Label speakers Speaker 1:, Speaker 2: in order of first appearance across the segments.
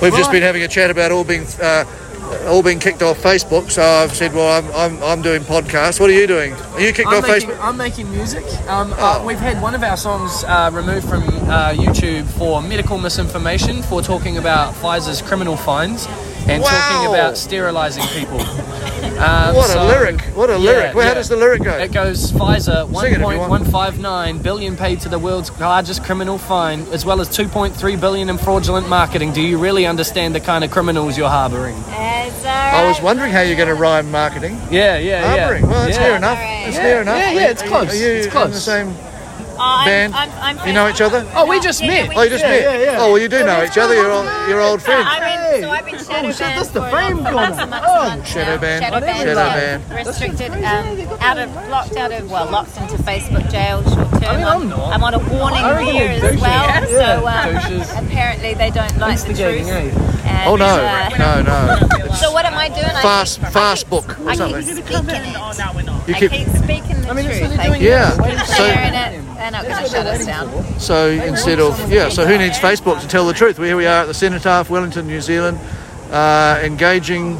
Speaker 1: We've just been having a chat about all being uh, all being kicked off Facebook. So I've said, well, I'm, I'm, I'm doing podcasts. What are you doing? Are you kicked
Speaker 2: I'm
Speaker 1: off
Speaker 2: making,
Speaker 1: Facebook? Oh.
Speaker 2: I'm making music. Um, uh, we've had one of our songs uh, removed from uh, YouTube for medical misinformation, for talking about Pfizer's criminal fines, and
Speaker 1: Wow.
Speaker 2: talking about sterilizing people. Um,
Speaker 1: What a
Speaker 2: so-
Speaker 1: lyric! What a
Speaker 2: yeah,
Speaker 1: lyric! Well,
Speaker 2: yeah.
Speaker 1: how does the lyric go?
Speaker 2: It goes Pfizer
Speaker 1: Sing it if you want.
Speaker 2: 1.159 billion paid to the world's largest criminal fine, as well as 2.3 billion in fraudulent marketing. Do you really understand the kind of criminals you're harboring?
Speaker 3: It's
Speaker 1: I was
Speaker 3: alright.
Speaker 1: wondering how you're going to rhyme marketing.
Speaker 2: Yeah, yeah, yeah.
Speaker 1: Harboring. Well, it's
Speaker 2: yeah.
Speaker 1: near enough.
Speaker 3: Alright.
Speaker 1: It's
Speaker 2: Yeah.
Speaker 1: near enough.
Speaker 2: Yeah, yeah, it's
Speaker 1: Are you-
Speaker 2: close.
Speaker 1: Are you
Speaker 2: It's
Speaker 1: in
Speaker 2: close.
Speaker 1: the same?
Speaker 3: Oh, I'm-
Speaker 1: Ben,
Speaker 3: I'm- I'm
Speaker 1: you know
Speaker 3: friends.
Speaker 1: each other?
Speaker 2: Oh, we
Speaker 3: No,
Speaker 2: just
Speaker 3: yeah,
Speaker 2: met.
Speaker 3: we
Speaker 1: Oh, you just
Speaker 2: Yeah,
Speaker 1: met.
Speaker 2: yeah, yeah.
Speaker 1: Oh, well, you do know each other. You're old, you're old
Speaker 3: Yeah,
Speaker 1: friends.
Speaker 3: I'm in, so
Speaker 1: Oh,
Speaker 3: I've been shadow
Speaker 2: shit,
Speaker 3: banned
Speaker 2: that's the
Speaker 3: for
Speaker 2: frame
Speaker 3: for
Speaker 2: gone.
Speaker 3: months and months
Speaker 2: Oh,
Speaker 3: and months
Speaker 1: shadow
Speaker 3: now.
Speaker 1: banned.
Speaker 3: Shadow banned.
Speaker 1: Shadow banned.
Speaker 3: Restricted, um, out of, locked out of, well, locked into Facebook jail short term.
Speaker 2: I mean, I'm not.
Speaker 3: on a warning
Speaker 2: I reckon
Speaker 3: year
Speaker 2: they're
Speaker 3: as
Speaker 2: douches.
Speaker 3: well.
Speaker 2: Yeah.
Speaker 3: So,
Speaker 2: Yeah, douches.
Speaker 3: um, apparently they don't like the
Speaker 2: Instigating,
Speaker 3: truth.
Speaker 2: eh?
Speaker 3: And,
Speaker 1: Oh no,
Speaker 3: uh,
Speaker 1: no, no.
Speaker 3: So what am I doing? I
Speaker 1: Fast-
Speaker 3: keep- I
Speaker 1: fast
Speaker 3: keep-
Speaker 1: book or
Speaker 3: I
Speaker 1: something.
Speaker 3: keep speaking it.
Speaker 4: Oh, no, we're not.
Speaker 1: You
Speaker 3: I
Speaker 1: keep,
Speaker 3: keep speaking the
Speaker 2: I mean, that's what
Speaker 3: truth.
Speaker 2: they're
Speaker 3: I
Speaker 2: doing.
Speaker 3: keep
Speaker 1: Yeah.
Speaker 2: Waiting for
Speaker 1: So-
Speaker 3: sharing
Speaker 2: them.
Speaker 3: it. They're not going to
Speaker 2: That's what
Speaker 3: shut
Speaker 2: they're
Speaker 3: us
Speaker 2: waiting
Speaker 3: down.
Speaker 2: for.
Speaker 1: so instead of yeah, so who needs Facebook to tell the truth? Well, here we are at the Cenotaph, Wellington, New Zealand, uh, engaging,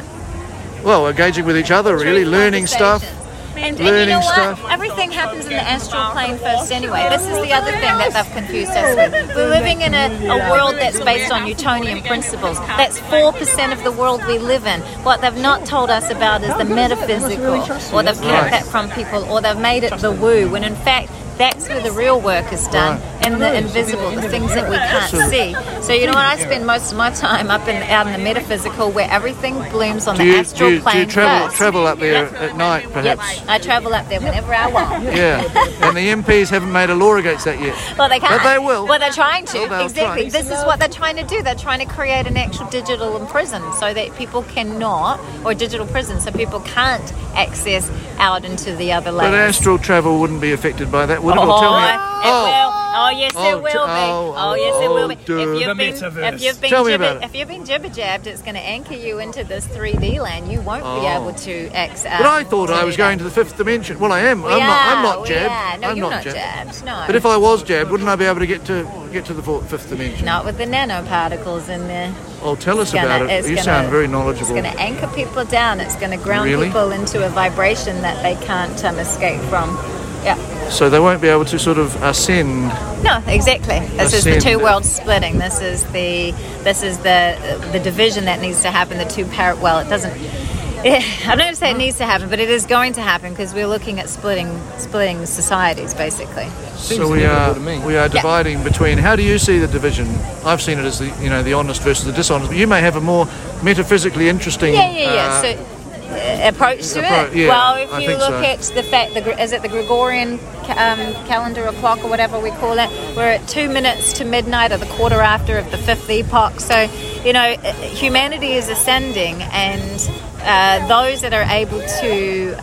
Speaker 1: well, engaging with each other, really
Speaker 3: Truth
Speaker 1: learning stuff.
Speaker 3: conversations. And, and
Speaker 1: Learning
Speaker 3: you know what?
Speaker 1: stuff.
Speaker 3: Everything happens in the astral plane first anyway. This is the other thing that they've confused us with. We're living in a, a world that's based on Newtonian principles. That's 4% of the world we live in. What they've not told us about is the metaphysical, or they've
Speaker 1: Right.
Speaker 3: kept that from people, or they've made it the woo, when in fact, that's where the real work is done and the invisible, the things that we can't see. So you know what? I spend most of my time up in out in the metaphysical, where everything blooms on
Speaker 1: Do
Speaker 3: the
Speaker 1: you,
Speaker 3: astral
Speaker 1: do you, do
Speaker 3: plane
Speaker 1: you travel
Speaker 3: first.
Speaker 1: travel up there at night,
Speaker 3: Yep,
Speaker 1: perhaps?
Speaker 3: I travel up there whenever I want.
Speaker 1: Yeah. And the MPs haven't made a law against that yet.
Speaker 3: Well, they can't.
Speaker 1: But they will.
Speaker 3: Well, they're trying to.
Speaker 1: Well, they'll
Speaker 3: exactly.
Speaker 1: try.
Speaker 3: This is what they're trying to do. They're trying to create an actual digital prison so that people cannot, or digital prison, so people can't access out into the other
Speaker 1: But
Speaker 3: layers.
Speaker 1: astral travel wouldn't be affected by that, would it?
Speaker 3: Oh,
Speaker 1: Well, tell me.
Speaker 3: it will. Oh yes,
Speaker 1: Oh,
Speaker 3: it will be.
Speaker 1: oh,
Speaker 3: Oh, yes, it will be.
Speaker 1: oh, dude.
Speaker 3: If
Speaker 1: The
Speaker 3: you've been, if you've been,
Speaker 1: Tell me
Speaker 3: jibber,
Speaker 1: about it.
Speaker 3: if you've been jibber jabbed, it's going to anchor you into this 3D land. You won't be
Speaker 1: Oh.
Speaker 3: able to um, access.
Speaker 1: But I thought I was going to the fifth dimension. Well, I am. I'm not. I'm not jabbed.
Speaker 3: No,
Speaker 1: I'm
Speaker 3: you're
Speaker 1: not
Speaker 3: not
Speaker 1: jabbed.
Speaker 3: jabbed. No.
Speaker 1: But if I was jabbed, wouldn't I be able to get to get to the fourth, fifth dimension?
Speaker 3: Not with the nanoparticles in there.
Speaker 1: Oh, tell us
Speaker 3: It's gonna-
Speaker 1: about it.
Speaker 3: it's
Speaker 1: You
Speaker 3: gonna-
Speaker 1: sound very
Speaker 3: It's
Speaker 1: knowledgeable.
Speaker 3: going to anchor people down. It's going to ground
Speaker 1: Really?
Speaker 3: people into a vibration that they can't um, escape from. Yeah.
Speaker 1: So they won't be able to sort of ascend.
Speaker 3: No, exactly. This is the
Speaker 1: Ascend.
Speaker 3: two worlds splitting. This is the this is the the division that needs to happen. The two par. Well, it doesn't. I don't say it needs to happen, but it is going to happen because we're looking at splitting splitting societies, basically.
Speaker 1: so we are
Speaker 2: inevitable to me.
Speaker 1: we are dividing between. How do you see the division? I've seen it as the you know the honest versus the dishonest. But you may have a more metaphysically interesting.
Speaker 3: Yeah, yeah, yeah.
Speaker 1: uh,
Speaker 3: so uh, approach to
Speaker 1: appro-
Speaker 3: it.
Speaker 1: yeah,
Speaker 3: well, if
Speaker 1: I
Speaker 3: you
Speaker 1: think
Speaker 3: look
Speaker 1: so.
Speaker 3: at the fact, the, Gr- is it the Gregorian ca- um, calendar or clock or whatever we call it? We're at two minutes to midnight or the quarter after of the fifth epoch. So, you know, uh, humanity is ascending, and uh, those that are able to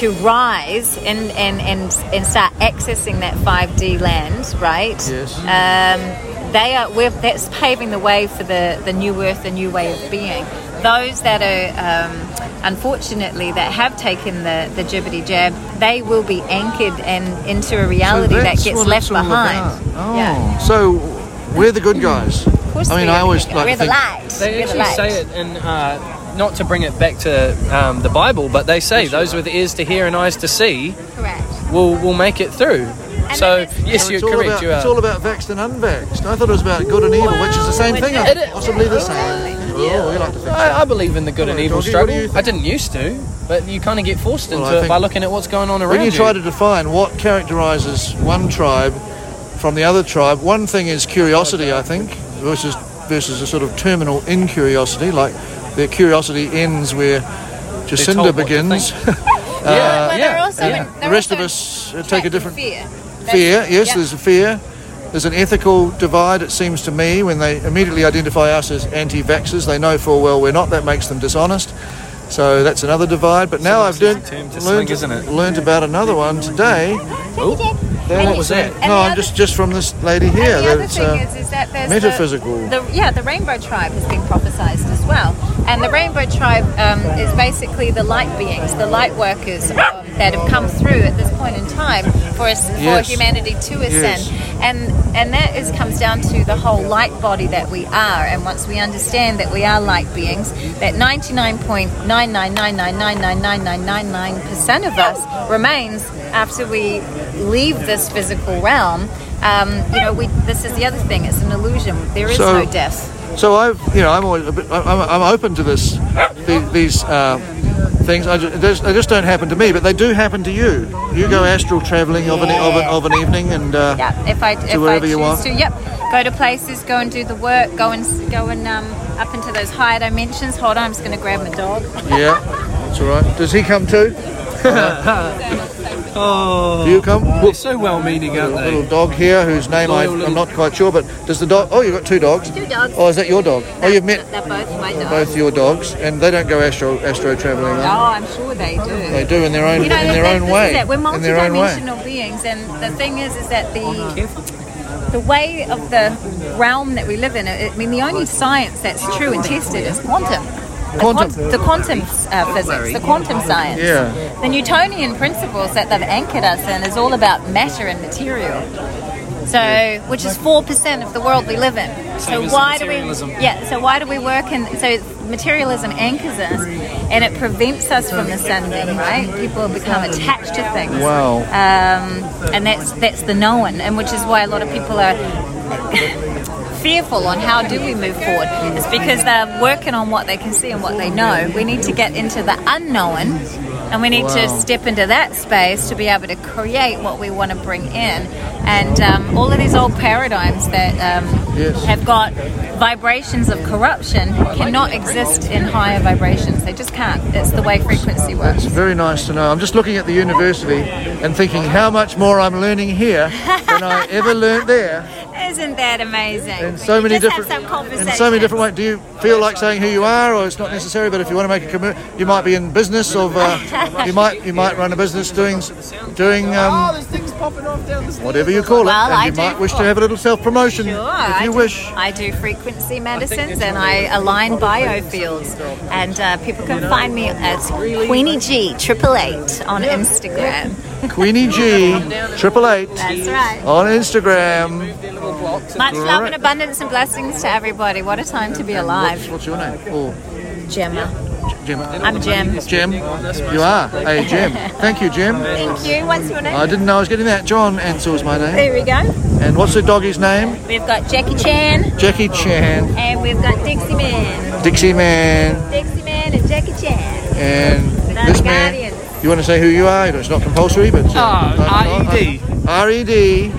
Speaker 3: to rise and and and, and start accessing that 5D land, right?
Speaker 1: Yes.
Speaker 3: Um, they are we're, that's paving the way for the the new earth, the new way of being. Those that are um, unfortunately that have taken the the jibbity jab, they will be anchored and into a reality that
Speaker 1: that's
Speaker 3: gets
Speaker 1: what
Speaker 3: left
Speaker 1: it's all
Speaker 3: behind.
Speaker 1: about. Oh,
Speaker 3: Yeah.
Speaker 1: so we're the good guys.
Speaker 3: Of course
Speaker 1: I mean,
Speaker 3: we are
Speaker 1: I
Speaker 3: the
Speaker 1: always
Speaker 3: good
Speaker 1: like
Speaker 3: guys.
Speaker 1: to
Speaker 3: we're the
Speaker 1: think
Speaker 3: light.
Speaker 2: They
Speaker 3: we're
Speaker 2: actually
Speaker 3: the light.
Speaker 2: say it, and uh, not to bring it back to um, the Bible, but they say those with ears to hear and eyes to see
Speaker 3: Correct.
Speaker 1: Uh,
Speaker 2: will will make it through.
Speaker 3: And
Speaker 2: so
Speaker 3: then it's-
Speaker 2: yes,
Speaker 1: So
Speaker 2: you're
Speaker 1: it's all
Speaker 2: correct.
Speaker 1: About,
Speaker 2: you
Speaker 1: It's
Speaker 2: are.
Speaker 1: all about vaxxed and unvaxxed. I thought it was about good and evil, which is the same
Speaker 3: Which
Speaker 1: thing. I
Speaker 3: is-
Speaker 1: think. Possibly the same. Oh, we like to think.
Speaker 2: I, I believe in the good and
Speaker 1: Come on,
Speaker 2: evil
Speaker 1: Georgie, what do
Speaker 2: struggle.
Speaker 1: you think?
Speaker 2: I didn't used to, but you kind of get forced
Speaker 1: Well, I
Speaker 2: into it
Speaker 1: think-
Speaker 2: by looking at what's going on around
Speaker 1: When you
Speaker 2: you.
Speaker 1: try to define what characterises one tribe from the other tribe, one thing is curiosity, I think, versus versus a sort of terminal incuriosity. Like their curiosity ends where
Speaker 2: told
Speaker 1: Jacinda
Speaker 2: what to
Speaker 1: begins.
Speaker 2: yeah,
Speaker 3: Well, they're
Speaker 2: yeah,
Speaker 3: also-
Speaker 2: yeah.
Speaker 3: they're
Speaker 1: the rest of
Speaker 3: also
Speaker 1: us uh,
Speaker 3: trapped
Speaker 1: take a
Speaker 3: in
Speaker 1: different
Speaker 3: fear. That's-
Speaker 1: fear. Yes,
Speaker 3: yeah.
Speaker 1: there's a fear. There's an ethical divide, it seems to me, when they immediately identify us as anti vaxxers. They know full well we're not. That makes them dishonest. So that's another divide. But now I've
Speaker 2: It's an
Speaker 1: learned,
Speaker 2: easy term to sling,
Speaker 1: learned,
Speaker 2: isn't it?
Speaker 1: learned about another one today.
Speaker 3: And
Speaker 2: what
Speaker 3: you-
Speaker 2: was that?
Speaker 3: and the
Speaker 1: No, I'm
Speaker 3: other
Speaker 1: just, just from this lady here.
Speaker 3: And the other
Speaker 1: that's,
Speaker 3: thing
Speaker 1: uh,
Speaker 3: is, is that there's
Speaker 1: metaphysical.
Speaker 3: The, the, yeah, the rainbow tribe has been prophesized as well, and the rainbow tribe um, is basically the light beings, the light workers um, that have come through at this point in time for us,
Speaker 1: Yes.
Speaker 3: for humanity to ascend. and and that is comes down to the whole light body that we are and once we understand that we are light beings that 99.999999999% of us remains after we leave this physical realm um, you know we this is the other thing it's an illusion there is
Speaker 1: So-
Speaker 3: no
Speaker 1: uh,
Speaker 3: death
Speaker 1: So I've, you know, I'm always, a bit, I'm, I'm open to this, the, these uh, things. I just, they just don't happen to me, but they do happen to you. You go astral travelling of an of, an, of an evening, and uh,
Speaker 3: Yeah, if I if I
Speaker 1: wherever
Speaker 3: choose
Speaker 1: you want.
Speaker 3: to, yep, go to places, go and do the work, go and go and um, up into those higher dimensions. Hold on, I'm just going to grab my dog.
Speaker 1: yeah, that's all right. Does he come too?
Speaker 2: Oh,
Speaker 1: Do you come?
Speaker 2: they're so well-meaning, aren't
Speaker 1: A little
Speaker 2: they?
Speaker 1: dog here whose name I,
Speaker 2: Loyal
Speaker 1: I'm
Speaker 2: little-
Speaker 1: not quite sure, but does the dog? Oh, you've got two dogs.
Speaker 3: Two dogs.
Speaker 1: Oh, is that your dog? Oh, you've met
Speaker 3: They're both my dogs.
Speaker 1: both your dogs, and they don't go astro astro travelling.
Speaker 3: Oh, I'm sure they do.
Speaker 1: They do in their own
Speaker 3: you know,
Speaker 1: in their
Speaker 3: that-
Speaker 1: own
Speaker 3: this
Speaker 1: way.
Speaker 3: Is it. We're
Speaker 1: in their own way.
Speaker 3: multidimensional beings, and the thing is, is that the the way of the realm that we live in. I mean, the only science that's true and tested is quantum. The
Speaker 1: Quantum.
Speaker 3: quant- the quantum uh, physics, the quantum science.
Speaker 1: Yeah.
Speaker 3: The Newtonian principles that they've anchored us in is all about matter and material. So, which is four percent of the world we live in. So
Speaker 2: Same as
Speaker 3: why do we?
Speaker 2: materialism.
Speaker 3: Yeah. So why do we work in? So materialism anchors us, and it prevents us from ascending. Right? People become attached to things.
Speaker 1: Wow.
Speaker 3: Um, and that's that's the known, and which is why a lot of people are fearful on how do we move forward. It's because they're working on what they can see and what they know. We need to get into the unknown and we need to
Speaker 1: Wow.
Speaker 3: step into that space to be able to create what we want to bring in. And um, all of these old paradigms that um,
Speaker 1: Yes.
Speaker 3: have got vibrations of corruption cannot exist in higher vibrations. They just can't. It's the way frequency works.
Speaker 1: It's very nice to know. I'm just looking at the university and thinking how much more I'm learning here than I ever learned there
Speaker 3: Isn't that amazing?
Speaker 1: in so
Speaker 3: You
Speaker 1: many
Speaker 3: just
Speaker 1: different
Speaker 3: have some
Speaker 1: in so many
Speaker 3: conversations.
Speaker 1: different ways. Do you feel like saying who you are, or it's not necessary? But if you want to make a commu- you might be in business of uh, you might you might run a business doing s- doing um,
Speaker 2: Oh, there's things popping off down the stairs.
Speaker 1: whatever you call it,
Speaker 3: Well,
Speaker 1: and
Speaker 3: I
Speaker 1: you
Speaker 3: do-
Speaker 1: might wish to have a little self promotion
Speaker 3: Sure,
Speaker 1: if
Speaker 3: I
Speaker 1: you
Speaker 3: do,
Speaker 1: wish.
Speaker 3: I do frequency medicines and I align biofields. And uh, people can find me at Queenie G Triple Eight on Instagram.
Speaker 1: Queenie G, triple eight
Speaker 3: That's right.
Speaker 1: on Instagram.
Speaker 2: Their little blocks.
Speaker 3: Much love
Speaker 1: Right.
Speaker 3: and abundance and blessings to everybody. What a time to be
Speaker 1: What's,
Speaker 3: alive,
Speaker 1: what's your name? Oh,
Speaker 3: Gemma.
Speaker 1: Gemma.
Speaker 3: I'm Gem.
Speaker 1: Gem, you are a gem. Thank you, Gem.
Speaker 3: Thank you. What's your
Speaker 1: I
Speaker 3: name?
Speaker 1: didn't know I was getting that. John Ansel's my name.
Speaker 3: There we go.
Speaker 1: And what's the doggie's name?
Speaker 3: We've got Jackie Chan
Speaker 1: Jackie Chan,
Speaker 3: and we've got Dixie Man.
Speaker 1: Dixie Man,
Speaker 3: Dixie Man and Jackie Chan.
Speaker 1: and
Speaker 3: They're
Speaker 1: this
Speaker 3: the
Speaker 1: man.
Speaker 3: guardians.
Speaker 1: You want to say who you are? It's not compulsory, but it's, uh,
Speaker 2: Oh, R.E.D..
Speaker 1: R.E.D. E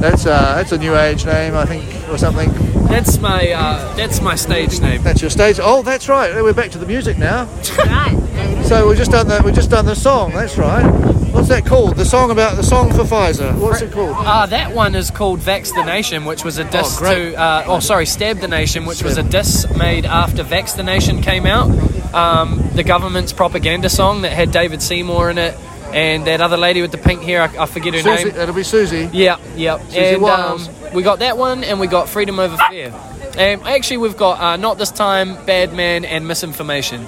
Speaker 1: That's uh, that's a new age name, I think, or something.
Speaker 2: That's my uh, that's my stage name.
Speaker 1: That's your stage. Oh, that's right. We're back to the music now.
Speaker 3: Right.
Speaker 1: So we've just done the we've just done the song. That's right. What's that called? The song about the song for Pfizer. What's it called?
Speaker 2: Uh, that one is called Vax the Nation, which was a diss
Speaker 1: Oh, great.
Speaker 2: to, uh, oh sorry, Stab the Nation, which was a diss made after Vax the Nation came out. Um, the government's propaganda song that had David Seymour in it, and that other lady with the pink hair, I, I forget her
Speaker 1: Susie,
Speaker 2: name.
Speaker 1: that'll be Susie.
Speaker 2: Yeah, yeah.
Speaker 1: Susie
Speaker 2: And
Speaker 1: Wiles.
Speaker 2: um, we got that one, and we got Freedom Over Fear. And actually, we've got uh, Not This Time, Bad Man, and Misinformation.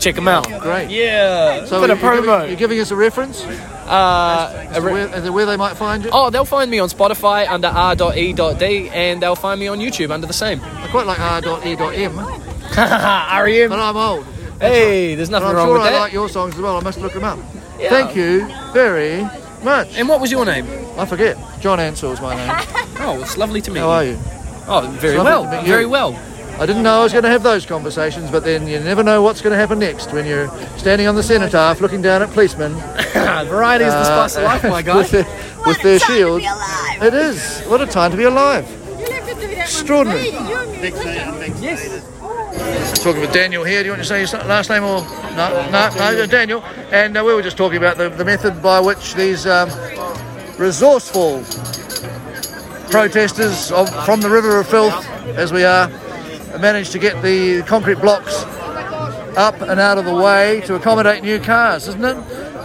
Speaker 2: Check them out.
Speaker 1: Great.
Speaker 2: Yeah.
Speaker 1: So
Speaker 2: Bit
Speaker 1: you're
Speaker 2: of promo.
Speaker 1: Giving, you're giving us a reference.
Speaker 2: uh, a re-
Speaker 1: where, and where they might find you.
Speaker 2: Oh, they'll find me on Spotify under r.e.d and they'll find me on YouTube under the same.
Speaker 1: I quite like R.E.M.
Speaker 2: R.E.M.
Speaker 1: But I'm old.
Speaker 2: Hey, there's
Speaker 1: And
Speaker 2: nothing
Speaker 1: I'm
Speaker 2: wrong
Speaker 1: sure
Speaker 2: with
Speaker 1: I
Speaker 2: that.
Speaker 1: like your songs as well. I must look them up. Thank you very much.
Speaker 2: And what was your name?
Speaker 1: I forget. John Ansel's my name.
Speaker 2: Oh, it's lovely to meet
Speaker 1: How are you?
Speaker 2: Oh, very
Speaker 1: It's lovely
Speaker 2: well.
Speaker 1: to meet you.
Speaker 2: Very well.
Speaker 1: I didn't know I was going to have those conversations, but then you never know what's going to happen next when you're standing on the cenotaph looking down at policemen. uh,
Speaker 2: Variety is the spice of life, my guy.
Speaker 1: With their, with their shields. It is. What a time to be alive. Extraordinary. talking with Daniel here. Do you want to say your last name or no? No, no, Daniel. And uh, we were just talking about the, the method by which these um, resourceful protesters of, from the river of filth, as we are, managed to get the concrete blocks up and out of the way to accommodate new cars, isn't it?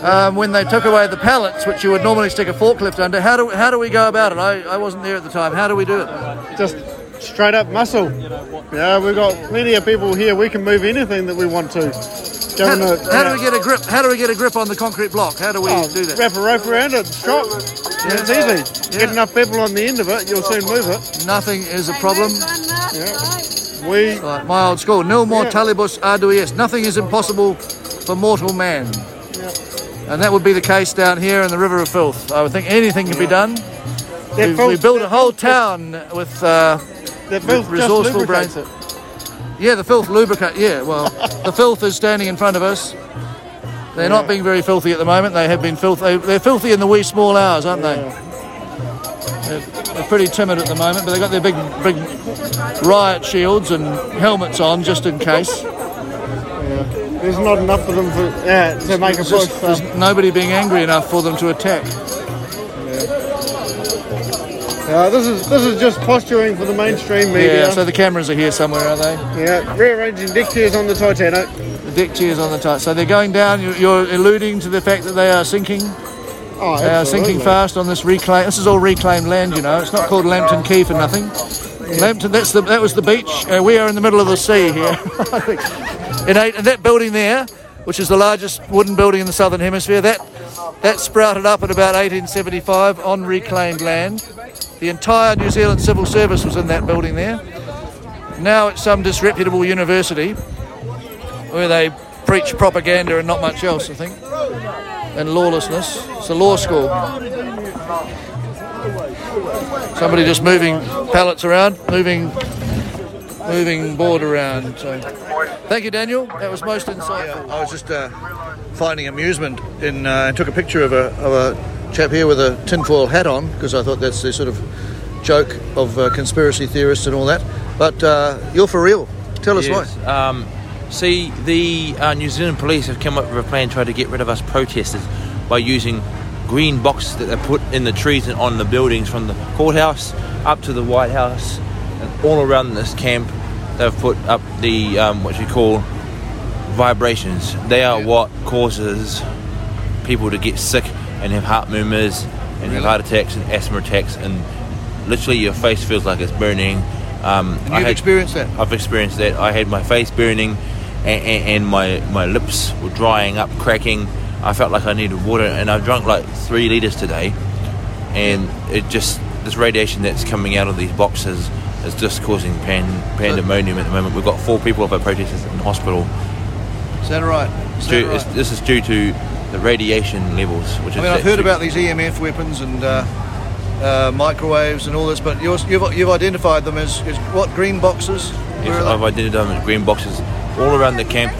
Speaker 1: Um, when they took away the pallets, which you would normally stick a forklift under, how do how do we go about it? I, I wasn't there at the time. How do we do it?
Speaker 4: just straight up muscle. Yeah, we've got plenty of people here. We can move anything that we want to.
Speaker 1: How,
Speaker 4: government.
Speaker 1: how do we get a grip? How do we get a grip on the concrete block? How do we
Speaker 4: Oh,
Speaker 1: do that?
Speaker 4: Wrap a rope around it and stop. It's easy.
Speaker 1: Yeah.
Speaker 4: Get enough people on the end of it, you'll soon move it.
Speaker 1: Nothing is a problem.
Speaker 4: We
Speaker 1: Like my old school, nil more
Speaker 4: Yeah.
Speaker 1: talibus arduis. Nothing is impossible for mortal man. And that would be the case down here in the River of Filth. I would think anything can be done.
Speaker 4: that
Speaker 1: We,
Speaker 4: filth-
Speaker 1: we built a
Speaker 4: that
Speaker 1: whole
Speaker 4: filth
Speaker 1: town with, uh,
Speaker 4: just- That filth just
Speaker 1: resourceful
Speaker 4: lubricates
Speaker 1: brains.
Speaker 4: it.
Speaker 1: yeah, the filth lubricate. Yeah, well, the filth is standing in front of us. They're not being very filthy at the moment. They have been filthy. They're filthy in the wee small hours, aren't they? They're, they're pretty timid at the moment, but they've got their big, big riot shields and helmets on just in case.
Speaker 4: There's not enough of them for, yeah, to make a um,
Speaker 1: It's
Speaker 4: push.
Speaker 1: just-
Speaker 4: so-
Speaker 1: there's nobody being angry enough for them to attack.
Speaker 4: Uh, this is this is just posturing for the mainstream media.
Speaker 1: Yeah, so the cameras are here somewhere, are they?
Speaker 4: Yeah, rearranging deck chairs on the Titanic.
Speaker 1: The deck chairs on the top. So they're going down. You- You're alluding to the fact that they are sinking.
Speaker 4: Oh,
Speaker 1: They are Uh, sinking fast on this reclaim. This is all reclaimed land, you know. It's not called Lambton Key for nothing. Lambton, that's the that was the beach. Uh, we are in the middle of the sea here. in eight, and that building there, which is the largest wooden building in the southern hemisphere, that that sprouted up in about 1875 on reclaimed land. The entire New Zealand civil service was in that building there. Now it's some disreputable university where they preach propaganda and not much else, I think, and lawlessness. It's a law school. Somebody just moving pallets around, moving moving board around. So. Thank you, Daniel. That was most insightful. I was just uh, finding amusement in. Uh, I took a picture of a, of a chap here with a tinfoil hat on because I thought that's the sort of joke of uh, conspiracy theorists and all that. But uh, you're for real. Tell us why.
Speaker 5: Yes, Um, see, the uh, New Zealand police have come up with a plan to try to get rid of us protesters by using green boxes that they put in the trees and on the buildings from the courthouse up to the White House and all around this camp. They've put up the um, what you call vibrations. They are what causes people to get sick and have heart murmurs and have heart attacks and asthma attacks and literally your face feels like it's burning. Um, I
Speaker 1: You've
Speaker 5: had-
Speaker 1: experienced that.
Speaker 5: I've experienced that. I had my face burning and, and, and my, my lips were drying up, cracking. I felt like I needed water, and I've drunk like three litres today. And it just, this radiation that's coming out of these boxes is just causing pan, pandemonium at the moment. We've got four people of our protesters in hospital.
Speaker 1: Is that right? Is
Speaker 5: It's
Speaker 1: that
Speaker 5: due-
Speaker 1: right?
Speaker 5: it's- this is due to the radiation levels, which
Speaker 1: I
Speaker 5: is.
Speaker 1: mean, I've heard
Speaker 5: actually-
Speaker 1: about these EMF weapons and uh, uh, microwaves and all this, but yours, you've, you've identified them as, as what green boxes? Where
Speaker 5: Yes,
Speaker 1: are
Speaker 5: I've
Speaker 1: they?
Speaker 5: identified them as green boxes all around the camp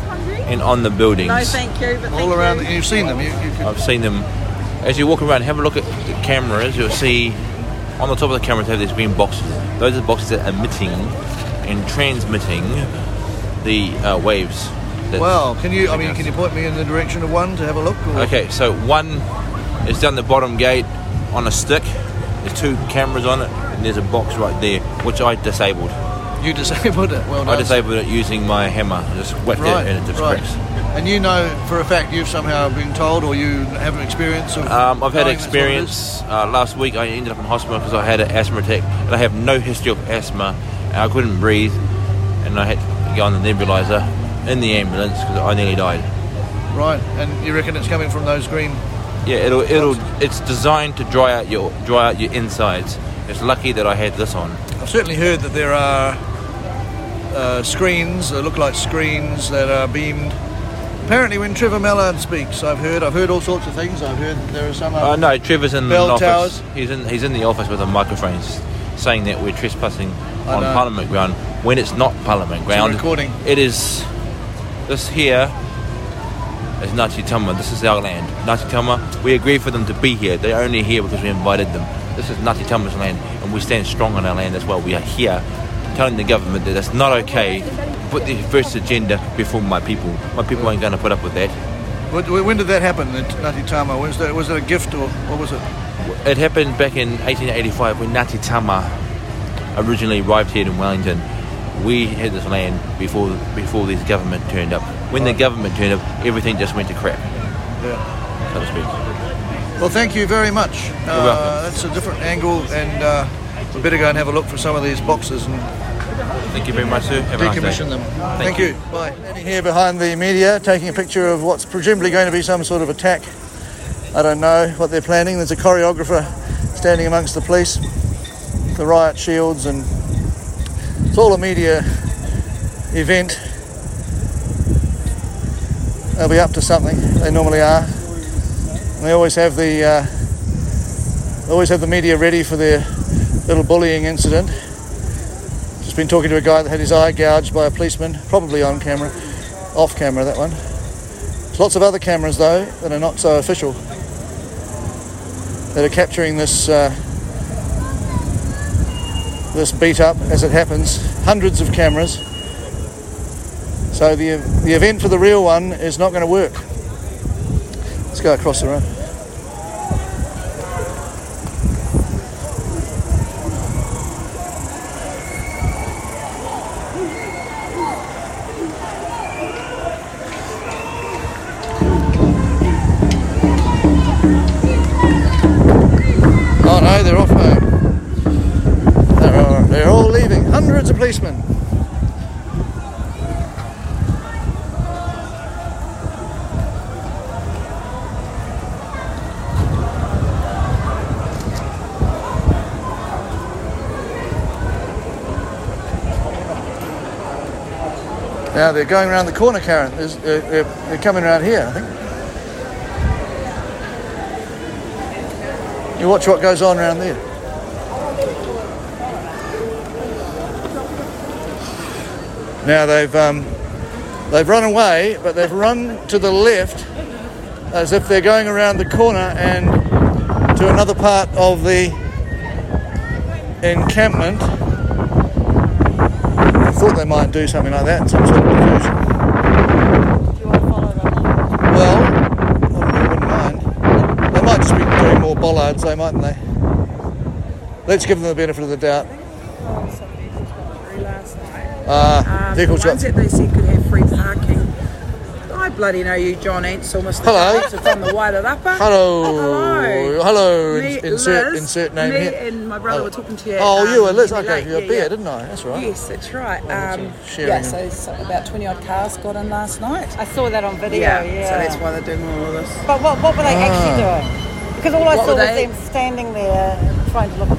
Speaker 5: and on the buildings.
Speaker 6: No, thank you. But
Speaker 1: all
Speaker 6: thank
Speaker 1: around.
Speaker 6: You.
Speaker 1: The, you've seen them. You, you could,
Speaker 5: I've seen them. As you walk around, have a look at the cameras. You'll see on the top of the cameras they have these green boxes. Those are the boxes that are emitting and transmitting the uh, waves. that's-
Speaker 1: wow. Can you? I mean, can you point me in the direction of one to have a look? Or?
Speaker 5: Okay, so one is down the bottom gate on a stick. There's two cameras on it, and there's a box right there, which I disabled.
Speaker 1: You disabled it. Well done.
Speaker 5: I disabled it using my hammer. I just whacked
Speaker 1: Right.
Speaker 5: it, and it just
Speaker 1: right.
Speaker 5: cracks.
Speaker 1: And you know for a fact you've somehow been told, or you have an experience of.
Speaker 5: Um, I've had
Speaker 1: knowing that's what it is?
Speaker 5: experience. Uh, last week I ended up in hospital because I had an asthma attack, and I have no history of asthma. And I couldn't breathe, and I had to go on the nebulizer in the ambulance because I nearly died.
Speaker 1: Right. And you reckon it's coming from those green?
Speaker 5: Yeah, it'll it'll it's designed to dry out your dry out your insides. It's lucky that I had this on.
Speaker 1: I've certainly heard that there are uh, screens that look like screens that are beamed. Apparently, when Trevor Mallard speaks, I've heard I've heard all sorts of things. I've heard that there are some.
Speaker 5: Uh, no, Trevor's in
Speaker 1: Bell
Speaker 5: the office.
Speaker 1: towers.
Speaker 5: He's in he's in the office with a microphone, s- saying that we're trespassing on
Speaker 1: know.
Speaker 5: Parliament ground when it's not Parliament ground.
Speaker 1: recording.
Speaker 5: It is this here is Ngāti Tama. This is our land. Ngāti Tama. We agree for them to be here. They're only here because we invited them. This is Ngāti Tama's land, and we stand strong on our land. That's why we are here, telling the government that that's not okay. Put the first agenda before my people. My people ain't going to put up with that.
Speaker 1: When, when did that happen? The Ngāti Tama? Was that was it a gift or what was it?
Speaker 5: It happened back in 1885 when Ngāti Tama originally arrived here in Wellington. We had this land before before this government turned up. When the government turned up, everything just went to crap,
Speaker 1: Yeah.
Speaker 5: so to speak.
Speaker 1: Well, thank you very much.
Speaker 5: welcome.
Speaker 1: uh, that's a different angle, and uh, we better go and have a look for some of these boxes and
Speaker 5: Thank you very much, sir. Have a nice day.
Speaker 1: decommission them.
Speaker 5: Thank
Speaker 1: Thank, you. Bye. Standing here behind the media, taking a picture of what's presumably going to be some sort of attack. I don't know what they're planning. There's a choreographer standing amongst the police, the riot shields, and it's all a media event. They'll be up to something. They normally are. And they always have the uh, they always have the media ready for their little bullying incident. Just been talking to a guy that had his eye gouged by a policeman, probably on camera, off camera that one. There's lots of other cameras though that are not so official that are capturing this uh, this beat up as it happens. Hundreds of cameras. So the the event for the real one is not going to work. Let's go across the road. Oh no, they're off home. They're all, they're all leaving. Hundreds of policemen. Now they're going around the corner, Karen. There's, uh, they're, they're coming around here, I think. You watch what goes on around there. Now they've um, they've run away, but they've run to the left as if they're going around the corner and to another part of the encampment. I thought they might do something like that, some sort of diversion. Well, I wouldn't mind. They might just be doing more bollards, though, mightn't they? Let's give them the benefit of the doubt. Ah,
Speaker 6: Um, the
Speaker 1: vehicles
Speaker 6: ones
Speaker 1: got.
Speaker 6: that they said could have free parking. I bloody know you, John Ansell, Mr.
Speaker 1: Hello.
Speaker 6: Johnson from the Wairarapa. Upper. Oh,
Speaker 1: Hello, hello.
Speaker 6: Me,
Speaker 1: insert
Speaker 6: Liz,
Speaker 1: insert name
Speaker 6: me
Speaker 1: here.
Speaker 6: and my brother
Speaker 1: Oh.
Speaker 6: were talking to you.
Speaker 1: Oh, you
Speaker 6: um,
Speaker 1: were Liz. I
Speaker 6: really
Speaker 1: gave you a
Speaker 6: late. Yeah,
Speaker 1: beer,
Speaker 6: yeah.
Speaker 1: didn't I? That's right.
Speaker 6: Yes, that's right. Um,
Speaker 1: it's a sharing.
Speaker 6: yeah, so, so about 20 odd cars got in last night.
Speaker 7: I saw that on video.
Speaker 6: Yeah,
Speaker 7: Yeah.
Speaker 6: so that's why they're doing all of this.
Speaker 7: But what, what were they actually doing? Because all I
Speaker 6: What
Speaker 7: saw
Speaker 6: were
Speaker 7: was
Speaker 6: they-
Speaker 7: them standing there trying to look.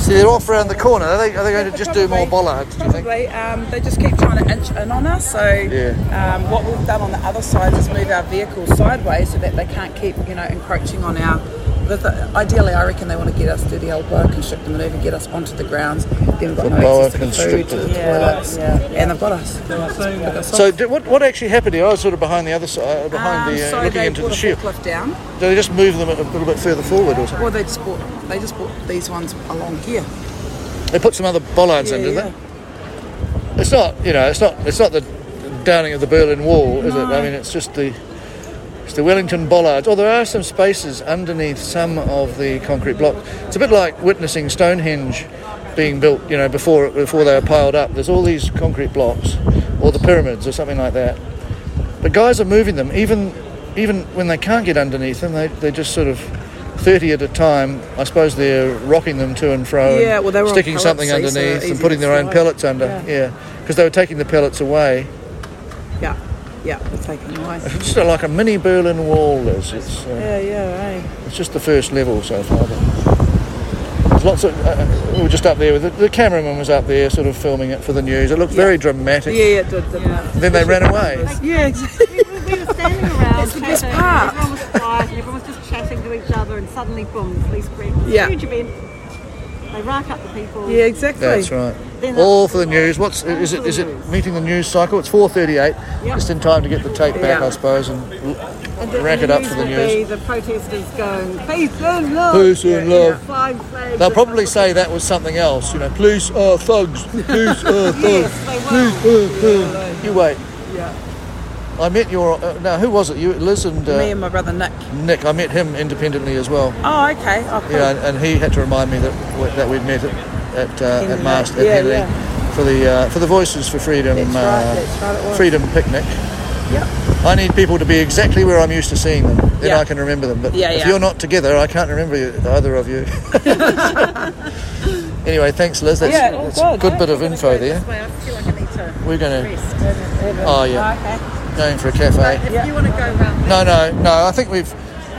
Speaker 1: See, they're off around the corner. Are they, are they going to
Speaker 6: But
Speaker 1: just do more
Speaker 6: probably-
Speaker 1: bollards? Do you think?
Speaker 6: Probably. Um, they just keep trying to inch in on us. So um, what we've done on the other side is move our vehicles sideways so that they can't keep, you know, encroaching on our. The th- ideally, I reckon they want to get us to the old boa constrictor manoeuvre, get us onto the grounds. Then we've got no
Speaker 1: boa
Speaker 6: access to the food,
Speaker 1: constrictor.
Speaker 6: to the
Speaker 7: Yeah,
Speaker 6: toilets,
Speaker 7: yeah.
Speaker 6: and they've got us. They've got us
Speaker 1: So,
Speaker 6: off.
Speaker 1: did, what, what actually happened here? I was sort of behind the other side, behind
Speaker 6: Um,
Speaker 1: the uh,
Speaker 6: so
Speaker 1: looking
Speaker 6: they
Speaker 1: into the
Speaker 6: brought a
Speaker 1: ship.
Speaker 6: forklift down.
Speaker 1: Did they just move them a little bit further forward, or something?
Speaker 6: Well, they just bought they just bought these ones along here.
Speaker 1: They put some other bollards
Speaker 6: Yeah,
Speaker 1: in, did
Speaker 6: yeah.
Speaker 1: they? It's not, you know, it's not, it's not the downing of the Berlin Wall, is it? I mean, it's just the, it's the Wellington bollards. Or there are some spaces underneath some of the concrete blocks. It's a bit like witnessing Stonehenge being built, you know, before before they were piled up. There's all these concrete blocks, or the pyramids, or something like that. But guys are moving them, even even when they can't get underneath them, they they just sort of. 30 at a time, I suppose they're rocking them to and fro
Speaker 6: Yeah,
Speaker 1: and
Speaker 6: well, they were on
Speaker 1: sticking
Speaker 6: pallets,
Speaker 1: something
Speaker 6: see, so
Speaker 1: underneath
Speaker 6: easy
Speaker 1: and
Speaker 6: to
Speaker 1: putting their own
Speaker 6: slide.
Speaker 1: pellets under.
Speaker 6: Yeah.
Speaker 1: Yeah, because they were taking the pellets away.
Speaker 6: Yeah, yeah, they're taking away.
Speaker 1: It's just like a mini Berlin Wall. Liz. It's uh,
Speaker 6: Yeah, yeah, right.
Speaker 1: it's just the first level so far. But there's lots of uh, we were just up there with the, the cameraman was up there sort of filming it for the news. It looked very dramatic.
Speaker 6: Yeah, yeah, it did, didn't it?
Speaker 1: Then they ran away.
Speaker 6: Yeah, exactly.
Speaker 7: We were standing around.
Speaker 6: That's the best
Speaker 7: chatting,
Speaker 6: part.
Speaker 7: Everyone was quiet and everyone was just chatting to each other, and suddenly, boom, police break.
Speaker 6: Yeah.
Speaker 7: Huge event. They rack up the people.
Speaker 6: Yeah, exactly.
Speaker 1: That's right.
Speaker 7: Then
Speaker 1: All
Speaker 7: that's-
Speaker 1: for the news. What's is it? Is it meeting the news cycle? It's 4:38,
Speaker 7: Yep.
Speaker 1: just in time to get the tape back,
Speaker 6: Yeah.
Speaker 1: I suppose, and
Speaker 7: And the,
Speaker 1: Rack it
Speaker 7: and
Speaker 1: up for the
Speaker 7: will
Speaker 1: news.
Speaker 7: Be the protesters going, peace and love.
Speaker 1: Peace and love.
Speaker 7: Flying flags.
Speaker 1: They'll
Speaker 7: and
Speaker 1: probably
Speaker 7: stuff.
Speaker 1: say that was something else, you know, police are thugs, police are thugs,
Speaker 7: Yes, they will.
Speaker 1: police are thugs. You wait. Yeah. I met your, uh, now who was it? You, Liz and
Speaker 6: Me
Speaker 1: uh,
Speaker 6: and my brother Nick.
Speaker 1: Nick, I met him independently as well.
Speaker 6: Oh, okay. Oh, cool.
Speaker 1: Yeah, and, and he had to remind me that w- that we'd met at at, uh, at
Speaker 6: Henley.
Speaker 1: Mast at
Speaker 6: Yeah,
Speaker 1: Henley
Speaker 6: yeah.
Speaker 1: for the uh, for the Voices for Freedom
Speaker 6: That's right,
Speaker 1: uh,
Speaker 6: that's right, it was.
Speaker 1: Freedom picnic.
Speaker 6: Yep.
Speaker 1: I need people to be exactly where I'm used to seeing them, then
Speaker 6: Yeah.
Speaker 1: I can remember them. But
Speaker 6: Yeah,
Speaker 1: if
Speaker 6: yeah.
Speaker 1: you're not together, I can't remember you, either of you. Anyway, thanks, Liz. That's,
Speaker 6: Yeah, all
Speaker 1: that's a
Speaker 6: good,
Speaker 1: good
Speaker 6: eh?
Speaker 1: bit of info there.
Speaker 7: Well, I feel like I need to
Speaker 1: We're going
Speaker 7: rest.
Speaker 1: Oh, yeah.
Speaker 6: Okay.
Speaker 1: to going for a cafe.
Speaker 7: If you want to go round
Speaker 1: No, no, no. I think we've.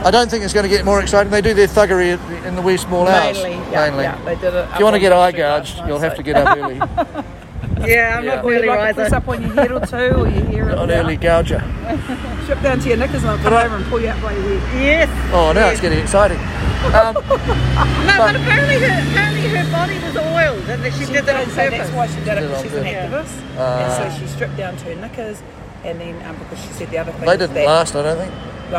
Speaker 1: I don't think it's going to get more exciting. They do their thuggery at the- in the wee small hours.
Speaker 6: Mainly. Yeah, yeah, they did it
Speaker 1: Oh, If you want to get eye gouged,
Speaker 6: Last
Speaker 1: you'll
Speaker 6: night,
Speaker 1: have to get up early.
Speaker 7: Yeah, I'm not
Speaker 1: Yeah.
Speaker 7: really
Speaker 6: Like a press
Speaker 7: riser.
Speaker 6: up on your head or two, or your hair.
Speaker 1: Not
Speaker 6: or
Speaker 1: an early Oh, gouger.
Speaker 6: Strip down to your knickers and I'll come over and pull you up by your head.
Speaker 7: Yes.
Speaker 1: Oh, now it's getting exciting.
Speaker 7: No, but apparently her, apparently her body was oiled and that she, did that on
Speaker 6: so that's
Speaker 7: purpose.
Speaker 6: why she did it
Speaker 1: Did it
Speaker 6: because
Speaker 1: on
Speaker 6: she's an
Speaker 7: purpose.
Speaker 6: activist.
Speaker 1: Uh,
Speaker 6: and so she stripped down to her knickers, and then um, because she said the other thing.
Speaker 1: They
Speaker 6: is
Speaker 1: didn't
Speaker 6: that,
Speaker 1: last, I don't think. Oh,
Speaker 6: No,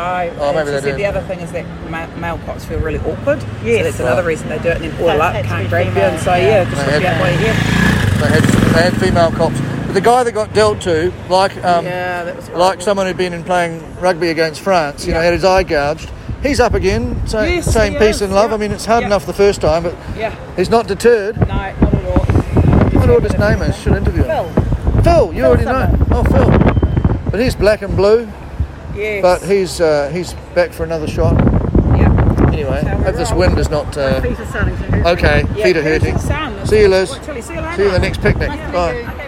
Speaker 6: and
Speaker 1: maybe
Speaker 6: she
Speaker 1: they
Speaker 6: said the
Speaker 1: didn't.
Speaker 6: other thing is that ma- male cops feel really awkward.
Speaker 7: Yes.
Speaker 6: so that's another reason they do it. And then
Speaker 7: So
Speaker 6: all
Speaker 7: it
Speaker 6: up
Speaker 7: had to be
Speaker 6: can't grab you,
Speaker 7: female,
Speaker 6: and so
Speaker 7: yeah.
Speaker 6: yeah, just
Speaker 1: They
Speaker 6: strip you
Speaker 1: had-
Speaker 6: out by your head.
Speaker 1: They had, they had female cops. But the guy that got dealt to, like um,
Speaker 6: Yeah, that was horrible.
Speaker 1: like someone who'd been in playing rugby against France, you know,
Speaker 6: Yeah.
Speaker 1: had his eye gouged. He's up again, so
Speaker 6: Yes,
Speaker 1: same
Speaker 6: he
Speaker 1: peace
Speaker 6: is,
Speaker 1: and love.
Speaker 6: yeah.
Speaker 1: I mean, it's hard
Speaker 6: Yeah.
Speaker 1: enough the first time, but
Speaker 6: Yeah.
Speaker 1: he's not deterred.
Speaker 6: No, not at all.
Speaker 1: I wonder what his name is. Should interview him. Phil. you already know. Oh, Phil. But he's black and blue.
Speaker 6: Yes.
Speaker 1: But he's uh, he's back for another shot.
Speaker 6: yeah.
Speaker 1: Anyway,
Speaker 6: So we're
Speaker 1: hope this
Speaker 6: wrong.
Speaker 1: wind is not. Uh,
Speaker 7: Feet are starting to hurt.
Speaker 1: okay,
Speaker 6: Yeah,
Speaker 1: feet are
Speaker 6: who's
Speaker 1: hurting.
Speaker 6: your son?
Speaker 1: See you, Liz.
Speaker 6: Totally, See you later.
Speaker 1: See you at the next picnic. Bye.
Speaker 7: Okay.